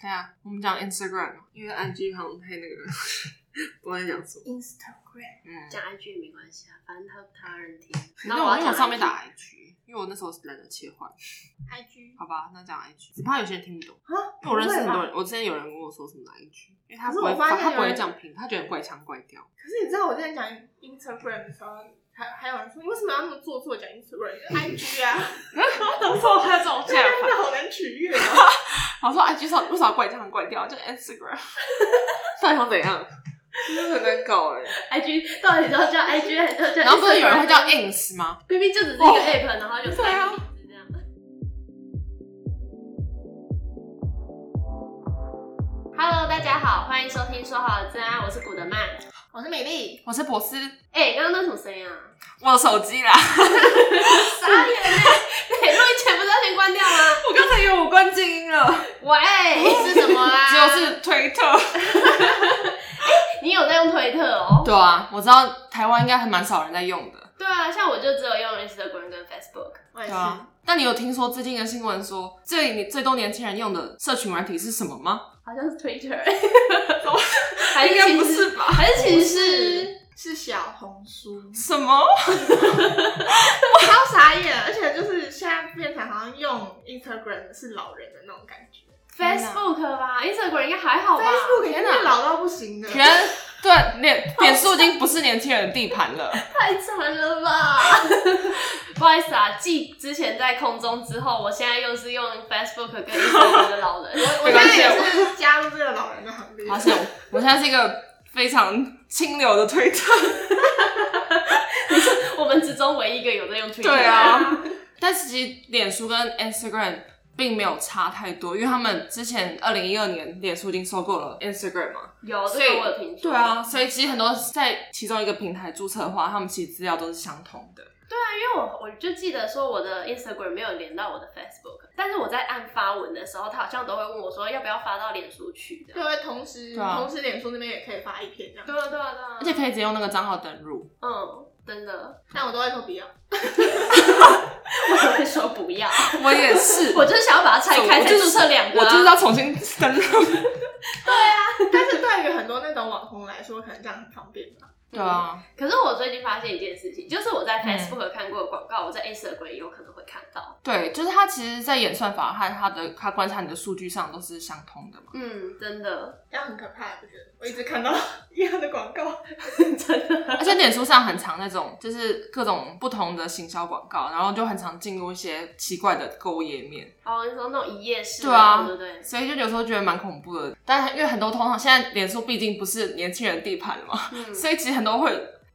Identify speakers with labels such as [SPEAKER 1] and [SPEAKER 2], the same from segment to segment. [SPEAKER 1] 对啊，我们讲 Instagram，因为 IG 好像太那个了，不知道在讲什么。
[SPEAKER 2] Instagram
[SPEAKER 1] 嗯，
[SPEAKER 3] 讲 IG 也没关系啊，反正他他人听。
[SPEAKER 1] 那我在
[SPEAKER 3] 要
[SPEAKER 1] 往
[SPEAKER 3] 讲
[SPEAKER 1] 上面 打 IG，因为我那时候懒得切换。
[SPEAKER 3] IG，
[SPEAKER 1] 好吧，那讲 IG，只怕有些人听不懂。
[SPEAKER 2] 啊，
[SPEAKER 1] 因为我认识很
[SPEAKER 2] 不
[SPEAKER 1] 多
[SPEAKER 2] 会吧。
[SPEAKER 1] 人，我之前有人跟我说什么 IG，因为他
[SPEAKER 2] 可是
[SPEAKER 1] 不
[SPEAKER 2] 我
[SPEAKER 1] 会
[SPEAKER 2] 发
[SPEAKER 1] 发，
[SPEAKER 2] 现
[SPEAKER 1] 他
[SPEAKER 2] 有
[SPEAKER 1] 不会
[SPEAKER 2] 人
[SPEAKER 1] 讲评，他觉得很怪腔怪调。
[SPEAKER 2] 可是你知道我在讲 Instagram 的时候，还还有人说你为什么要那么做作讲 Instagram？IG 啊，
[SPEAKER 1] 我说还有这种
[SPEAKER 2] 这样真的好难取悦哦。
[SPEAKER 1] 我说 IG 上为啥怪腔怪调？就 Instagram，到底想怎样？真的很难搞哎、
[SPEAKER 3] IG 到底是 要叫 IG 还是要叫 Instagram？
[SPEAKER 1] 然后不是有人会叫 ins 吗？
[SPEAKER 3] 明明就只是一个
[SPEAKER 1] 哦
[SPEAKER 3] app，然后就
[SPEAKER 1] 对啊
[SPEAKER 3] 三个名字这样。Hello，大家好，欢迎收听《说好的治安》，我是古德曼。
[SPEAKER 2] 我是美丽，
[SPEAKER 1] 我是博士，
[SPEAKER 3] 哎、刚刚那什么声音啊？
[SPEAKER 1] 我的手机啦。
[SPEAKER 3] 傻眼嘞！ 对，录音前不是要先关掉吗？
[SPEAKER 1] 我刚才以为我关静音了，
[SPEAKER 3] 喂， 是什么啊？
[SPEAKER 1] 结果是推特。
[SPEAKER 3] 你有在用推特哦？
[SPEAKER 1] 对啊，我知道台湾应该还蛮少人在用 的。
[SPEAKER 3] 对啊，像我就只有用 Instagram 跟 Facebook。
[SPEAKER 2] 我也
[SPEAKER 1] 对
[SPEAKER 2] 是。
[SPEAKER 1] 啊，那你有听说最近的新闻说最你最多年轻人用的社群软体是什么吗？
[SPEAKER 3] 好像是 Twitter，还是
[SPEAKER 1] 应该不
[SPEAKER 3] 其实
[SPEAKER 1] 是吧
[SPEAKER 3] 还是其实
[SPEAKER 2] 是是小红书，
[SPEAKER 1] 什么？
[SPEAKER 2] 超傻眼，而且就是现在变成好像用 Instagram 是老人的那种感觉
[SPEAKER 3] Facebook 吧，Instagram 应该还好吧。
[SPEAKER 2] ，Facebook 已经是老到不行的，
[SPEAKER 1] 原对脸脸书已经不是年轻人的地盘 了。
[SPEAKER 3] 太惨 了吧！不好意思啊，继之前在空中之后，我现在又是用 Facebook 跟 Instagram 的老 人。
[SPEAKER 2] 我
[SPEAKER 1] 没
[SPEAKER 2] 现
[SPEAKER 1] 关
[SPEAKER 2] 在
[SPEAKER 1] 系啊
[SPEAKER 2] 也是加入这个老人的行列。
[SPEAKER 1] 好险，我现在是一个非常清流的推特。
[SPEAKER 3] 我们之中唯一一个有在用 Twitter。
[SPEAKER 1] 对啊，但是其实脸书跟 Instagram 并没有差太多，因为他们之前二零一二年脸书已经收购了 Instagram 嘛。
[SPEAKER 3] 有这
[SPEAKER 1] 所以
[SPEAKER 3] 个我有听说。
[SPEAKER 1] 对啊，所以其实很多在其中一个平台注册的话，他们其实资料都是相同的。
[SPEAKER 3] 啊因为我我就记得说我的 Instagram 没有连到我的 Facebook，但是我在按发文的时候，他好像都会问我说要不要发到脸书去的。
[SPEAKER 2] 就会同时、
[SPEAKER 1] 对啊
[SPEAKER 2] 同时脸书那边也可以发一篇这样，
[SPEAKER 3] 对啊对啊对啊，
[SPEAKER 1] 而且可以直接用那个账号登录，
[SPEAKER 3] 嗯，真的，
[SPEAKER 2] 但我都会说不要。
[SPEAKER 3] 我都会说不要，
[SPEAKER 1] 我也是，
[SPEAKER 3] 我就是想要把它拆开，
[SPEAKER 1] 我
[SPEAKER 3] 再
[SPEAKER 1] 就是
[SPEAKER 3] 注册两个、
[SPEAKER 1] 我
[SPEAKER 3] 啊。
[SPEAKER 1] 就是要重新登录。
[SPEAKER 2] 但是对于很多那种网红来说，可能这样很方便吧。
[SPEAKER 1] 对啊，
[SPEAKER 3] 可是我最近发现一件事情，就是我在
[SPEAKER 1] 嗯
[SPEAKER 3] Facebook 看过的广告，我在 Instagram 也有可能会看到。
[SPEAKER 1] 对，就是它其实，在演算法和它的它观察你的数据上都是相通的嘛。
[SPEAKER 3] 嗯，真的，
[SPEAKER 2] 这样很可怕，不觉得？我一直看到一样的广告，
[SPEAKER 3] 真的。
[SPEAKER 1] 而且脸书上很常那种，就是各种不同的行销广告，然后就很常进入一些奇怪的购物页面，
[SPEAKER 3] 哦，你说那种一夜式的，
[SPEAKER 1] 对啊
[SPEAKER 3] 对不对？
[SPEAKER 1] 所以就有时候觉得蛮恐怖的。但因为很多通常现在脸书毕竟不是年轻人地盘了嘛，
[SPEAKER 3] 嗯，
[SPEAKER 1] 所以其实很多会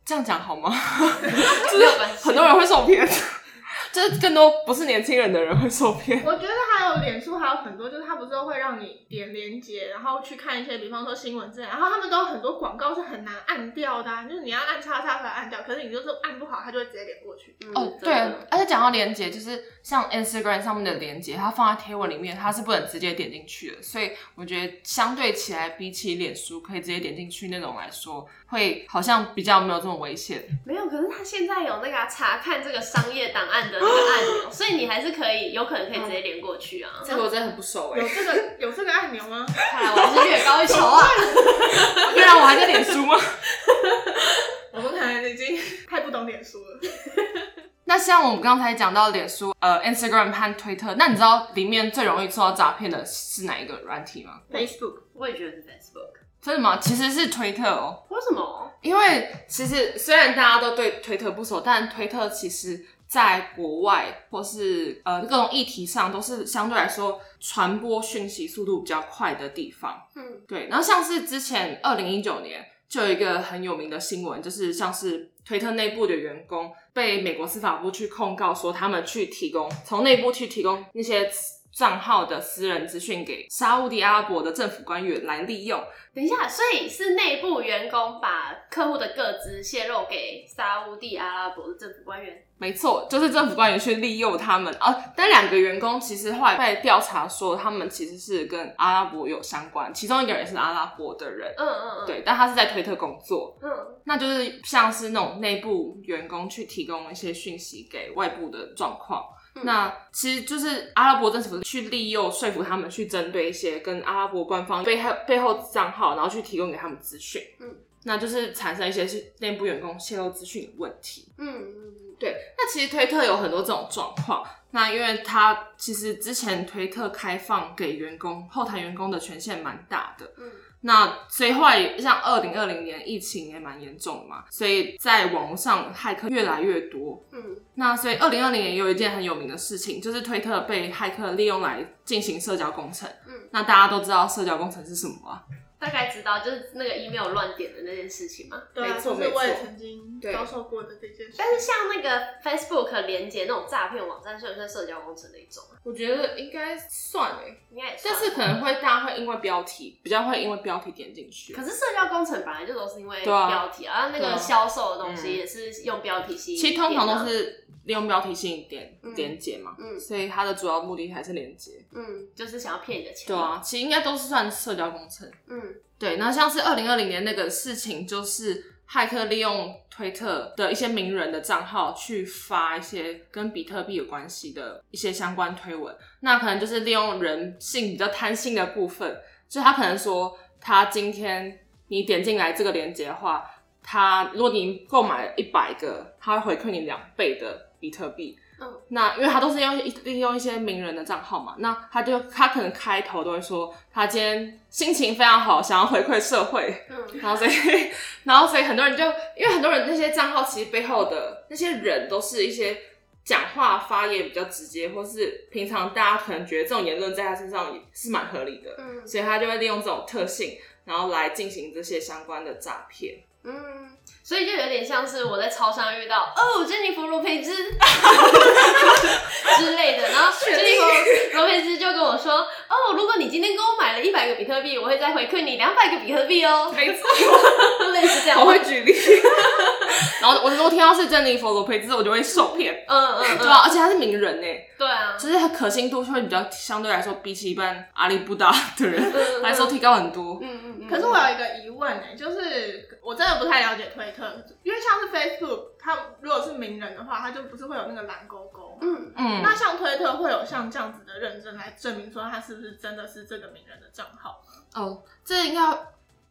[SPEAKER 1] 这样讲好吗？
[SPEAKER 3] 没有关系
[SPEAKER 1] 很多人会受骗， 就是更多不是年轻人的人会受骗。
[SPEAKER 2] 我觉得还有脸书还有很多，就是它不是会让你点连接，然后去看一些，比方说新闻之类，然后他们都有很多广告是很难按掉的、啊，就是你要按叉叉才按掉，可是你就是按不好，它就会直接点过 去。
[SPEAKER 3] 嗯
[SPEAKER 1] 哦，
[SPEAKER 3] 真
[SPEAKER 1] 对
[SPEAKER 3] 的，
[SPEAKER 1] 而且讲到连接，就是像 Instagram 上面的连接，它放在贴文里面，它是不能直接点进去的，所以我觉得相对起来，比起脸书可以直接点进去那种来说，会好像比较没有这么危险。
[SPEAKER 3] 没有，可是他现在有那个啊、查看这个商业档案的那个按 钮，所以你还是可以，有可能可以直接连过去啊。
[SPEAKER 1] 这个我真的很不欸熟
[SPEAKER 2] 有这个有这个按钮吗？
[SPEAKER 3] 看来我还是略高一筹 啊。
[SPEAKER 1] 不然我还在脸书吗？
[SPEAKER 2] 我们可能已经太不懂脸书了。
[SPEAKER 1] 那像我们刚才讲到脸书、呃 Instagram 和推特，那你知道里面最容易受到诈骗的是哪一个软体吗？
[SPEAKER 2] Facebook
[SPEAKER 3] 我也觉得是 Facebook，
[SPEAKER 1] 真的吗？其实是推特哦。
[SPEAKER 3] 为什么？
[SPEAKER 1] 因为其实虽然大家都对推特不熟，但推特其实在国外或是呃各种议题上都是相对来说传播讯息速度比较快的地方。
[SPEAKER 3] 嗯，
[SPEAKER 1] 对，然后像是之前二零一九年就有一个很有名的新闻，就是像是推特内部的员工被美国司法部去控告说他们去提供从内部去提供那些。账号的私人资讯给沙烏地阿拉伯的政府官员来利用，
[SPEAKER 3] 等一下，所以是内部员工把客户的个资泄露给沙乌地阿拉伯的政府官员。
[SPEAKER 1] 没错，就是政府官员去利诱他们啊。但两个员工其实后来被调查说，他们其实是跟阿拉伯有相关，其中一个人也是阿拉伯的人，
[SPEAKER 3] 嗯嗯嗯，，
[SPEAKER 1] 对，但他是在推特工作，
[SPEAKER 3] 嗯，
[SPEAKER 1] 那就是像是那种内部员工去提供一些讯息给外部的状况。
[SPEAKER 3] 嗯
[SPEAKER 1] 那其实就是阿拉伯政府去利诱说服他们去针对一些跟阿拉伯官方背后背后账号，然后去提供给他们资讯。
[SPEAKER 3] 嗯，
[SPEAKER 1] 那就是产生一些是内部员工泄露资讯的问题。
[SPEAKER 3] 嗯嗯
[SPEAKER 1] 对，那其实推特有很多这种状况。那因为它其实之前推特开放给员工后台员工的权限蛮大的，
[SPEAKER 3] 嗯，
[SPEAKER 1] 那所以后来像二零二零年疫情也蛮严重的嘛，所以在网络上骇客越来越多。
[SPEAKER 3] 嗯
[SPEAKER 1] 那所以二零二零年有一件很有名的事情，就是推特被骇客利用来进行社交工程。
[SPEAKER 3] 嗯，
[SPEAKER 1] 那大家都知道社交工程是什么啊？
[SPEAKER 3] 大概知道就是那个 email 乱点的那件事情嘛。
[SPEAKER 2] 对啊，
[SPEAKER 1] 没错
[SPEAKER 2] 就是我
[SPEAKER 1] 没
[SPEAKER 2] 也
[SPEAKER 1] 错
[SPEAKER 2] 曾经
[SPEAKER 1] 对
[SPEAKER 2] 遭受过的这件事。
[SPEAKER 3] 但是像那个 Facebook 连接那种诈骗网站，算不算社交工程的一种啊？
[SPEAKER 1] 我觉得应该算诶、
[SPEAKER 3] 应该也算
[SPEAKER 1] 但是可能会大家会因为标题，比较会因为标题点进去。
[SPEAKER 3] 可是社交工程本来就都是因为
[SPEAKER 1] 对啊
[SPEAKER 3] 标题啊，那
[SPEAKER 1] 对啊
[SPEAKER 3] 个销售的东
[SPEAKER 1] 嗯
[SPEAKER 3] 西也是用标题吸引、啊
[SPEAKER 1] 其实通常都，是利用标题吸引点
[SPEAKER 3] 嗯
[SPEAKER 1] 连接嘛，
[SPEAKER 3] 嗯
[SPEAKER 1] 所以它的主要目的还是连接。
[SPEAKER 3] 嗯，就是想要骗你的钱。
[SPEAKER 1] 对，啊，其实应该都是算社交工程。
[SPEAKER 3] 嗯
[SPEAKER 1] 对，那像是二零二零年那个事情，就是骇客利用推特的一些名人的账号去发一些跟比特币有关系的一些相关推文，那可能就是利用人性比较贪心的部分，就他可能说他今天你点进来这个链接的话，他如果你购买一百个，他会回馈你两倍的比特币。
[SPEAKER 3] 嗯，
[SPEAKER 1] 那因为他都是用利用一些名人的账号嘛，那他就他可能开头都会说他今天心情非常好，想要回馈社 会，
[SPEAKER 3] 嗯
[SPEAKER 1] 然后所以 然后所以很多人就因为很多人那些账号其实背后的那些人都是一些讲话发言比较直接，或是平常大家可能觉得这种言论在他身上也是蛮合理的，
[SPEAKER 3] 嗯
[SPEAKER 1] 所以他就会利用这种特性，然后来进行这些相关的诈骗。
[SPEAKER 3] 嗯，所以就有点像是我在超商遇到哦，珍妮弗罗佩兹之类的，然后珍妮弗罗佩兹就跟我说哦，如果你今天给我买了一百个比特币，我会再回馈你两百个比特币哦，
[SPEAKER 1] 没错，
[SPEAKER 3] 类似这样。
[SPEAKER 1] 我会举例。 然后我如果听到是珍妮佛罗培兹，我就会受骗。
[SPEAKER 3] 嗯 嗯
[SPEAKER 1] 对
[SPEAKER 3] 嗯，
[SPEAKER 1] 啊，而且他是名人呢，
[SPEAKER 3] 对啊，
[SPEAKER 1] 就是他可信度就会比较相对来说，比起一般阿里不达的人
[SPEAKER 3] 嗯
[SPEAKER 1] 来说提高很多。
[SPEAKER 3] 嗯嗯嗯，
[SPEAKER 2] 可是我有一个疑问哎、就是我真的不太了解推特，因为像是 Facebook，它如果是名人的话，它就不是会有那个蓝勾勾。
[SPEAKER 3] 嗯
[SPEAKER 1] 嗯，
[SPEAKER 2] 那像推特会有像这样子的认证来证明说他是不是真的是这个名人的账号吗？
[SPEAKER 1] 哦，这应该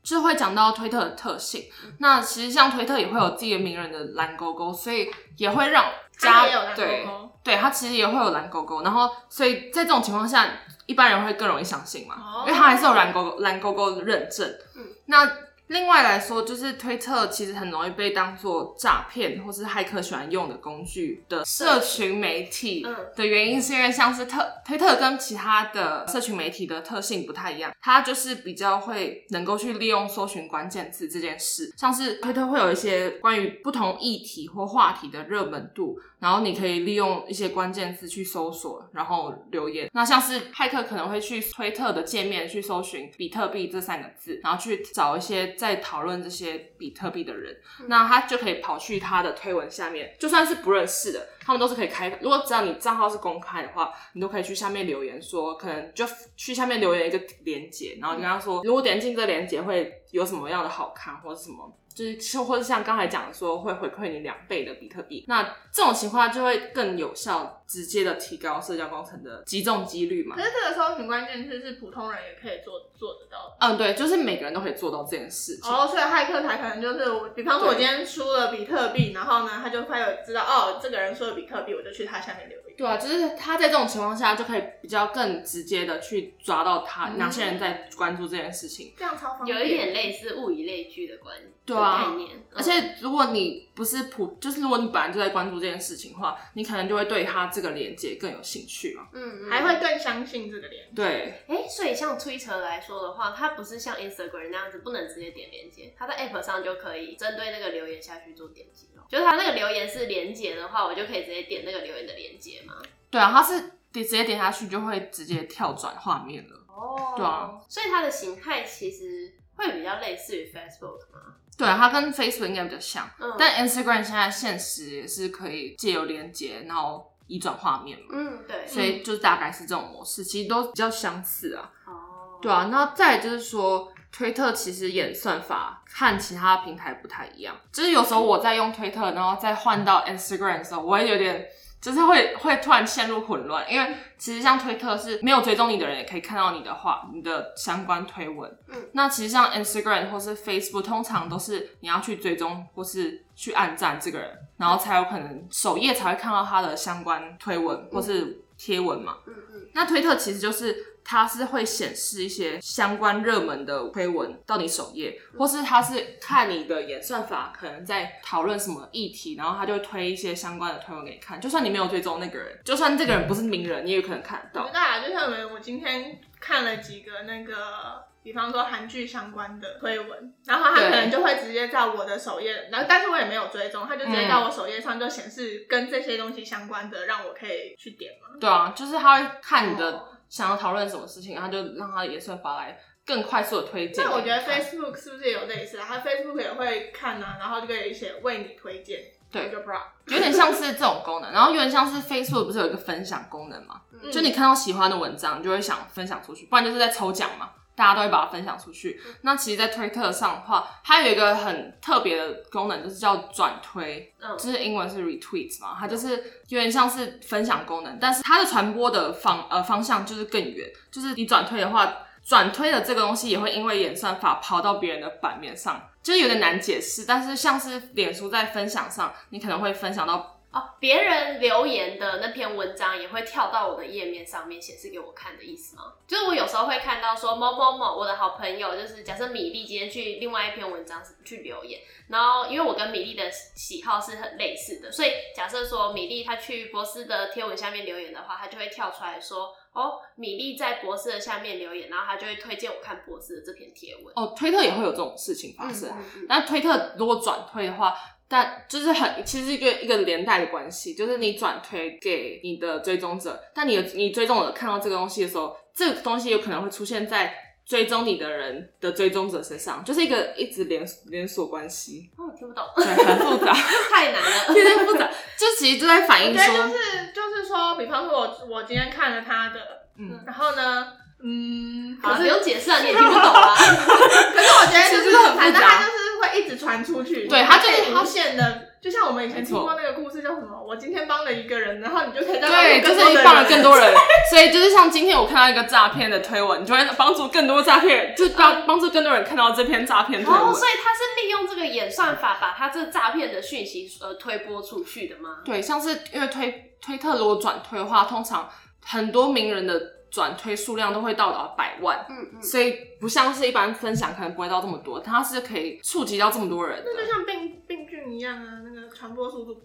[SPEAKER 1] 就会讲到推特的特性。
[SPEAKER 2] 嗯
[SPEAKER 1] 那其实像推特也会有自己的名人的蓝勾勾，所以也会让
[SPEAKER 2] 它
[SPEAKER 1] 加
[SPEAKER 2] 也有蓝
[SPEAKER 1] 对
[SPEAKER 2] 勾勾
[SPEAKER 1] 对，它其实也会有蓝勾勾，然后所以在这种情况下，一般人会更容易相信嘛，
[SPEAKER 2] 哦
[SPEAKER 1] 因为它还是有蓝勾勾蓝勾勾的认证。
[SPEAKER 3] 嗯，
[SPEAKER 1] 那另外来说，就是推特其实很容易被当做诈骗或是骇客喜欢用的工具的社群媒体。
[SPEAKER 3] 嗯
[SPEAKER 1] 的原因是因为像是特推特跟其他的社群媒体的特性不太一样，它就是比较会能够去利用搜寻关键字这件事，像是推特会有一些关于不同议题或话题的热门度，然后你可以利用一些关键字去搜索，然后留言。那像是骇客可能会去推特的界面去搜寻比特币这三个字，然后去找一些在讨论这些比特币的人，那他就可以跑去他的推文下面，就算是不认识的，他们都是可以开。如果只要你账号是公开的话，你都可以去下面留言说，可能就去下面留言一个连接，然后你跟他说，如果点进这个连接会有什么样的好看或者什么。就是，就或者像刚才讲的说，会回馈你两倍的比特币，那这种情况就会更有效、直接的提高社交工程的击中几率嘛
[SPEAKER 2] 可？是这个搜寻关键字是普通人也可以做做得到的。
[SPEAKER 1] 嗯，对，就是每个人都可以做到这件事情。
[SPEAKER 2] 哦，所以骇客才可能就是我，比方说我今天输了比特币，然后呢，他就会有知道哦，这个人输了比特币，我就去他下面留言。
[SPEAKER 1] 对啊，就是他在这种情况下就可以比较更直接的去抓到他、
[SPEAKER 3] 嗯
[SPEAKER 1] 哪些人在关注这件事情。
[SPEAKER 2] 这样超方便。
[SPEAKER 3] 有一点类似物以类聚的关
[SPEAKER 1] 对啊
[SPEAKER 3] 的概念，嗯
[SPEAKER 1] 而且如果你不是普，就是如果你本来就在关注这件事情的话，你可能就会对他这个连接更有兴趣嘛。
[SPEAKER 3] 嗯嗯
[SPEAKER 2] 还会更相信这个脸。
[SPEAKER 1] 对，
[SPEAKER 3] 哎、所以像 Twitter 来说的话，它不是像 Instagram 那样子不能直接点连接，它在 App 上就可以针对那个留言下去做点击哦。就是它那个留言是连接的话，我就可以直接点那个留言的连接嘛。
[SPEAKER 1] 对啊，他是直接点下去就会直接跳转画面了。
[SPEAKER 3] 哦
[SPEAKER 1] 对啊，
[SPEAKER 3] 所以它的形态其实会比较类似于 Facebook 嘛。
[SPEAKER 1] 对啊，它跟 Facebook 应该比较像，
[SPEAKER 3] 嗯，
[SPEAKER 1] 但 Instagram 现在现实也是可以借由连接，然后移转画面嘛。
[SPEAKER 3] 嗯对，
[SPEAKER 1] 所以就大概是这种模式，其实都比较相似啊。
[SPEAKER 3] 哦，
[SPEAKER 1] 对啊，那再来就是说，推特其实演算法和其他平台不太一样，就是有时候我在用推特，然后再换到 Instagram 的时候，我会有点。就是会会突然陷入混乱，因为其实像推特是没有追踪你的人也可以看到你的话，你的相关推文。
[SPEAKER 3] 嗯，
[SPEAKER 1] 那其实像 Instagram 或是 Facebook，通常都是你要去追踪或是去按赞这个人，然后才有可能首页才会看到他的相关推文或是贴文嘛。
[SPEAKER 3] 嗯嗯，
[SPEAKER 1] 那推特其实就是它是会显示一些相关热门的推文到你首页，或是它是看你的演算法可能在讨论什么议题，然后它就会推一些相关的推文给你看。就算你没有追踪那个人，就算这个人不是名人，你也有可能看
[SPEAKER 2] 我
[SPEAKER 1] 到
[SPEAKER 2] 知。道啊，就像我们我今天看了几个那个，比方说韩剧相关的推文，然后他
[SPEAKER 1] 对
[SPEAKER 2] 可能就会直接在我的首页，然后但是我也没有追踪，他就直接
[SPEAKER 1] 嗯
[SPEAKER 2] 到我首页上就显示跟这些东西相关的，让我可以去点嘛。
[SPEAKER 1] 对啊，就是他会看你
[SPEAKER 2] 哦
[SPEAKER 1] 的想要讨论什么事情，然后就让他的演算法来更快速的推荐给
[SPEAKER 2] 那
[SPEAKER 1] 你看。
[SPEAKER 2] 我觉得 Facebook 是不是也有类似啊？他 Facebook 也会看啊，然后就可以写为你推荐，
[SPEAKER 1] 对
[SPEAKER 2] 我就不知道。
[SPEAKER 1] 有点像是这种功能，然后有点像是 Facebook 不是有一个分享功能吗？
[SPEAKER 3] 嗯
[SPEAKER 1] 就你看到喜欢的文章，你就会想分享出去，不然就是在抽奖嘛，大家都会把它分享出去。
[SPEAKER 3] 嗯
[SPEAKER 1] 那其实，在推特上的话，它有一个很特别的功能，就是叫转推，
[SPEAKER 3] 嗯
[SPEAKER 1] 就是英文是 retweet 嘛，它就是有点像是分享功能，但是它的传播的方呃方向就是更远，就是你转推的话。转推的这个东西也会因为演算法跑到别人的版面上，就是有点难解释。但是像是脸书在分享上，你可能会分享到
[SPEAKER 3] 哦，别人留言的那篇文章也会跳到我的页面上面显示给我看的意思吗？就是我有时候会看到说某某某，我的好朋友，就是假设米粒今天去另外一篇文章去留言，然后因为我跟米粒的喜好是很类似的，所以假设说米粒她去博斯的贴文下面留言的话，她就会跳出来说哦，米粒在博斯的下面留言，然后她就会推荐我看博斯的这篇贴文。
[SPEAKER 1] 哦，推特也会有这种事情发生。
[SPEAKER 3] 嗯嗯
[SPEAKER 1] 那推特如果转推的话，但就是很其实一个一个连带的关系，就是你转推给你的追踪者，但你的你追踪者看到这个东西的时候，这个东西有可能会出现在追踪你的人的追踪者身上，就是一个一直连连锁关系，
[SPEAKER 3] 哦，听不懂，
[SPEAKER 1] 对，很复杂，
[SPEAKER 3] 太难了。
[SPEAKER 1] 有点复杂，就其实就在反
[SPEAKER 2] 我
[SPEAKER 1] 映
[SPEAKER 2] 觉得就
[SPEAKER 1] 说，
[SPEAKER 2] 是就是说，比方说我我今天看了他的，
[SPEAKER 1] 嗯，
[SPEAKER 2] 然后呢，嗯，
[SPEAKER 3] 好，
[SPEAKER 2] 可
[SPEAKER 3] 不
[SPEAKER 2] 是
[SPEAKER 3] 用解释啊，你也听不懂啊。
[SPEAKER 2] 可是我觉得就
[SPEAKER 1] 是不
[SPEAKER 2] 是
[SPEAKER 1] 是很复杂
[SPEAKER 2] 反正他就是会一直传出去，
[SPEAKER 1] 对他就是
[SPEAKER 2] 可以无限的。就像我们以前
[SPEAKER 1] 没
[SPEAKER 2] 听
[SPEAKER 1] 错
[SPEAKER 2] 过那个故事叫什么？我今天帮了一个人，然后你就可以再帮
[SPEAKER 1] 对，
[SPEAKER 2] 助
[SPEAKER 1] 就
[SPEAKER 2] 更
[SPEAKER 1] 是
[SPEAKER 2] 多
[SPEAKER 1] 你
[SPEAKER 2] 的
[SPEAKER 1] 帮了更
[SPEAKER 2] 人。
[SPEAKER 1] 多人，所以就是像今天我看到一个诈骗的推文，你就会帮助更多诈骗，就是帮帮助更多人看到这篇诈骗推文
[SPEAKER 3] 哦，。所以他是利用这个演算法把他这诈骗的讯息呃推播出去的吗？
[SPEAKER 1] 对，像是因为推推特如果转推的话，通常很多名人的转推数量都会到达百万，
[SPEAKER 3] 嗯嗯，
[SPEAKER 1] 所以不像是一般分享可能不会到这么多，它是可以触及到这么多人
[SPEAKER 2] 那就
[SPEAKER 1] 的。
[SPEAKER 2] 像病病菌一样啊，那个传播速度。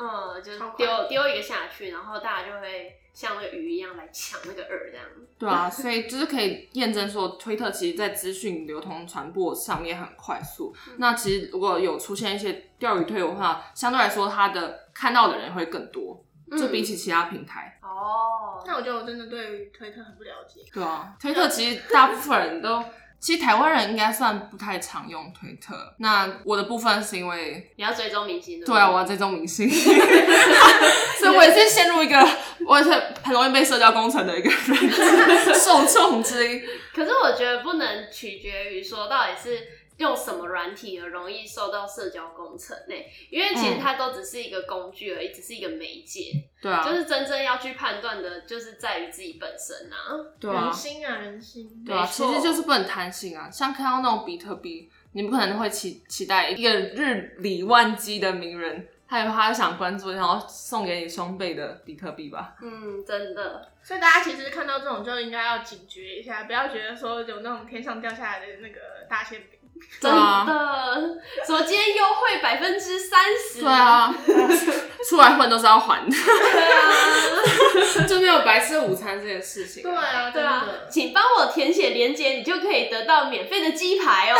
[SPEAKER 3] 嗯，就是
[SPEAKER 2] 超快
[SPEAKER 3] 丢丢一个下去，然后大家就会像那个鱼一样来抢那个饵这样。
[SPEAKER 1] 对啊，所以就是可以验证说，推特其实在资讯流通传播上面很快速。那其实如果有出现一些钓鱼推文的话，相对来说它的看到的人会更多，就比起其他平台。
[SPEAKER 3] 哦，
[SPEAKER 2] 那我觉得我真的对于推特很不了解。
[SPEAKER 1] 对啊，推特其实大部分人都，其实台湾人应该算不太常用推特。那我的部分是因为，
[SPEAKER 3] 你要追踪明星的。
[SPEAKER 1] 对啊，我要追踪明星， 所以我也是陷入一个，我也是很容易被社交工程的一个人，受众之一。
[SPEAKER 3] 可是我觉得不能取决于说到底是。用什么软体而容易受到社交工程呢、因为其实
[SPEAKER 1] 嗯
[SPEAKER 3] 它都只是一个工具而已，只是一个媒介，
[SPEAKER 1] 对啊
[SPEAKER 3] 就，是真正要去判断的，就是在于自己本身啊。
[SPEAKER 1] 对
[SPEAKER 2] 人
[SPEAKER 1] 啊，
[SPEAKER 2] 心啊，人心。
[SPEAKER 1] 对啊，
[SPEAKER 3] 没
[SPEAKER 1] 其
[SPEAKER 3] 错
[SPEAKER 1] 实就是不能贪心啊。像看到那种比特币，你不可能会期期待一个日理万机的名人，他有他想关注，然后送给你双倍的比特币吧。
[SPEAKER 3] 嗯，真的。
[SPEAKER 2] 所以大家其实看到这种就应该要警觉一下，不要觉得说有那种天上掉下来的那个大馅饼。
[SPEAKER 1] 对
[SPEAKER 3] 真
[SPEAKER 1] 啊
[SPEAKER 3] 的，什么今天优惠百分之三十？
[SPEAKER 1] 对，啊，出来混都是要还的。
[SPEAKER 3] 对 啊，
[SPEAKER 1] 就没有白吃午餐这件事情。
[SPEAKER 2] 对，啊，
[SPEAKER 3] 对
[SPEAKER 2] 真
[SPEAKER 3] 啊
[SPEAKER 2] 的，。
[SPEAKER 3] 请帮我填写链接，你就可以得到免费的鸡排哦。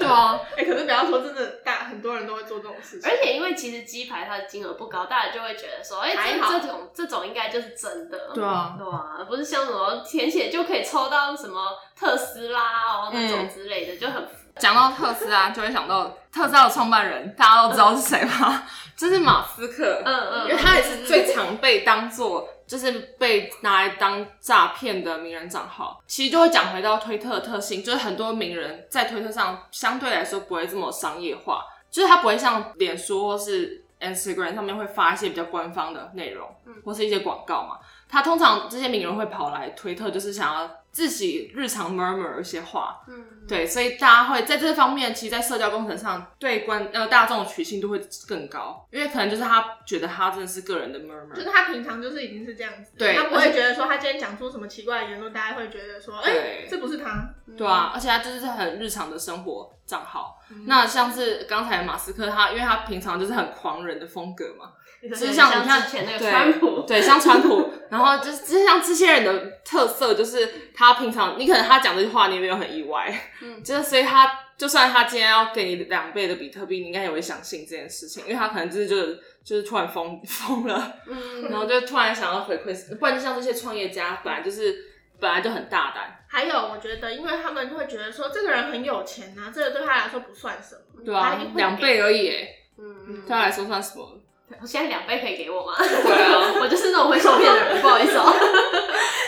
[SPEAKER 1] 对啊，
[SPEAKER 2] 哎、可是不要说，真的大很多人都会做这种事情
[SPEAKER 3] 而。且因为其实鸡排它的金额不高，大家就会觉得说，哎、
[SPEAKER 2] 还好
[SPEAKER 3] 这这种这种应该就是真的。
[SPEAKER 1] 对啊，
[SPEAKER 3] 对啊，不是像什么填写就可以抽到什么特斯拉哦那种
[SPEAKER 1] 嗯
[SPEAKER 3] 之类的，就很
[SPEAKER 1] 讲到特斯拉，就会想到特斯拉的创办人，大家都知道是谁吗？ 就是马斯克，
[SPEAKER 3] 嗯
[SPEAKER 1] 因
[SPEAKER 3] 嗯，
[SPEAKER 1] 为他也是最常被当做。就是被拿来当诈骗的名人账号，其实就会讲回到推特的特性，就是很多名人在推特上相对来说不会这么商业化，就是他不会像脸书或是 Instagram 上面会发一些比较官方的内容，
[SPEAKER 3] 嗯
[SPEAKER 1] 或是一些广告嘛。他通常这些名人会跑来推特，就是想要自己日常 murmur 一些话，
[SPEAKER 3] 嗯，
[SPEAKER 1] 对，所以大家会在这方面，其实，在社交工程上对观呃大众的取信度会更高，因为可能就是他觉得他真的是个人的
[SPEAKER 2] 就是
[SPEAKER 1] murmur，
[SPEAKER 2] 他平常就是已经是这样子，
[SPEAKER 1] 对
[SPEAKER 2] 他不会觉得说他今天讲出什么奇怪的言论，大家会觉得说，哎、
[SPEAKER 1] 对
[SPEAKER 2] 这不是他。
[SPEAKER 1] 对啊，而且他就是很日常的生活账号。
[SPEAKER 2] 嗯
[SPEAKER 1] 那像是刚才马斯克他，因为他平常就是很狂人的风格嘛，
[SPEAKER 3] 嗯，就
[SPEAKER 1] 就是像你看
[SPEAKER 3] 之前那个
[SPEAKER 1] 对
[SPEAKER 3] 川普，
[SPEAKER 1] 对，像川 普，然后就是就是像这些人的特色，就是他平常你可能他讲这句话，你也没有很意外，
[SPEAKER 3] 嗯
[SPEAKER 1] 就是所以他就算他今天要给你两倍的比特币，你应该也会相信这件事情，因为他可能就是就是就是突然疯 疯了，
[SPEAKER 3] 嗯，
[SPEAKER 1] 然后就突然想要回馈，不然就像这些创业家，本来就是本来就很大胆，
[SPEAKER 2] 还有，我觉得，因为他们会觉得说这个人很有钱呐、这个对他来说不算什么。
[SPEAKER 1] 对
[SPEAKER 2] 他一
[SPEAKER 1] 啊
[SPEAKER 2] 定，会
[SPEAKER 1] 两倍而已，
[SPEAKER 3] 嗯
[SPEAKER 1] 对他来说算什么？
[SPEAKER 3] 嗯，现在两倍可以给我吗？
[SPEAKER 1] 对啊，
[SPEAKER 3] 我就是那种会受骗的人，不好意思哦。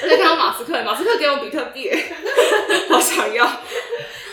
[SPEAKER 1] 而且看到马斯克，马斯克给我比特币， 我想要。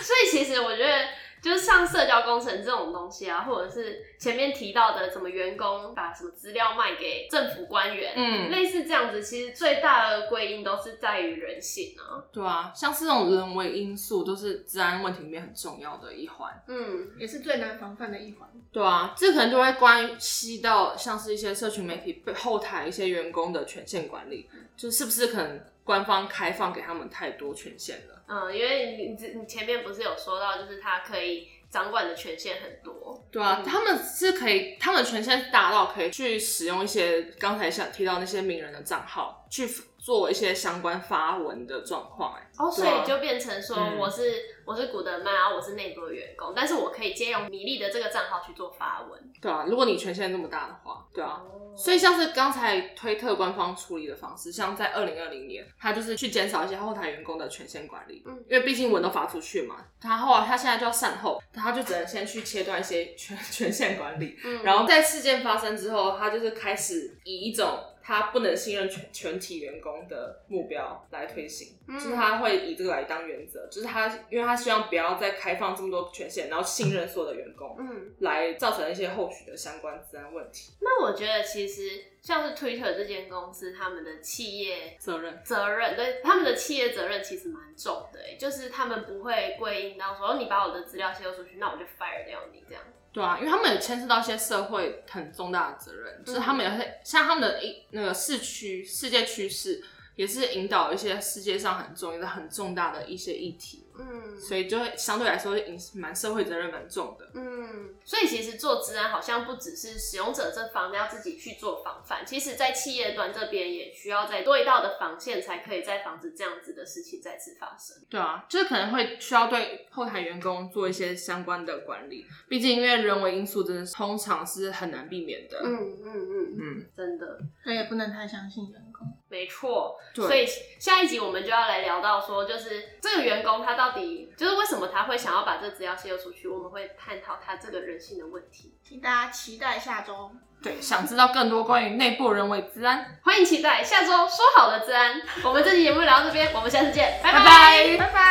[SPEAKER 3] 所以其实我觉得，就是像社交工程这种东西啊，或者是前面提到的什么员工把什么资料卖给政府官员，
[SPEAKER 1] 嗯，
[SPEAKER 3] 类似这样子，其实最大的归因都是在于人性啊。
[SPEAKER 1] 对啊，像是这种人为因素，都是治安问题里面很重要的一环。
[SPEAKER 3] 嗯
[SPEAKER 2] 也是最难防范的一环。
[SPEAKER 1] 对啊，这可能就会关系到像是一些社群媒体背后台一些员工的权限管理，就是不是可能官方开放给他们太多权限了。
[SPEAKER 3] 嗯，因为你你你前面不是有说到，就是他可以掌管的权限很多。
[SPEAKER 1] 对啊，
[SPEAKER 3] 嗯
[SPEAKER 1] 他们是可以，他们权限大到可以去使用一些刚才想提到那些名人的账号去做一些相关发文的状况、哎，
[SPEAKER 3] 哦，所
[SPEAKER 1] 对啊
[SPEAKER 3] 以就变成说，
[SPEAKER 1] 嗯
[SPEAKER 3] 我是、我是古德曼，然后我是内部的员工，但是我可以借用米粒的这个账号去做发文。
[SPEAKER 1] 对啊，如果你权限那么大的话，对啊，
[SPEAKER 3] 哦
[SPEAKER 1] 所以像是刚才推特官方处理的方式，像在二零二零年，他就是去减少一些后台员工的权限管理，
[SPEAKER 3] 嗯
[SPEAKER 1] 因为毕竟文都发出去嘛，他后来他现在就要善后，他就只能先去切断一些权 权限管理，
[SPEAKER 3] 嗯
[SPEAKER 1] 然后在事件发生之后，他就是开始以一种他不能信任全全体员工的目标来推行，
[SPEAKER 3] 嗯
[SPEAKER 1] 就是他会以这个来当原则，就是他因为他希望不要再开放这么多权限，然后信任所有的员工，
[SPEAKER 3] 嗯。
[SPEAKER 1] 来造成一些后续的相关治安问题
[SPEAKER 3] 那我觉得其实像是 Twitter 这间公司，他们的企业
[SPEAKER 1] 责任。
[SPEAKER 3] 责任，对他们的企业责任其实蛮重的、欸，就是他们不会归因到说，哦，你把我的资料泄露出去，那我就 fire 掉你这样。
[SPEAKER 1] 对啊，因为他们也牵涉到一些社会很重大的责任，就是他们也会像他们的一那个市区世界趋势，也是引导一些世界上很重要的、很重大的一些议题，
[SPEAKER 3] 嗯
[SPEAKER 1] 所以就会相对来说影蛮社会责任蛮重的。
[SPEAKER 3] 嗯，所以其实做治安好像不只是使用者这方面要自己去做防范，其实在企业端这边也需要在对到的防线，才可以再防止这样子的事情再次发生。
[SPEAKER 1] 对啊，就是可能会需要对后台员工做一些相关的管理，毕竟因为人为因素真的是通常是很难避免的。
[SPEAKER 3] 嗯嗯嗯，
[SPEAKER 1] 嗯，
[SPEAKER 3] 真的。
[SPEAKER 2] 所以也不能太相信员工。
[SPEAKER 3] 没错，
[SPEAKER 1] 对
[SPEAKER 3] 所以下一集我们就要来聊到说，就是这个员工他到底就是为什么他会想要把这资料泄露出去，我们会探讨他这个人性的问题。
[SPEAKER 2] 请大家期待下周。
[SPEAKER 1] 对，想知道更多关于内部人为治安，
[SPEAKER 3] 欢迎期待下周说好的治安，我们这期节目聊到这边，我们下次见，拜
[SPEAKER 1] 拜拜
[SPEAKER 2] 拜拜。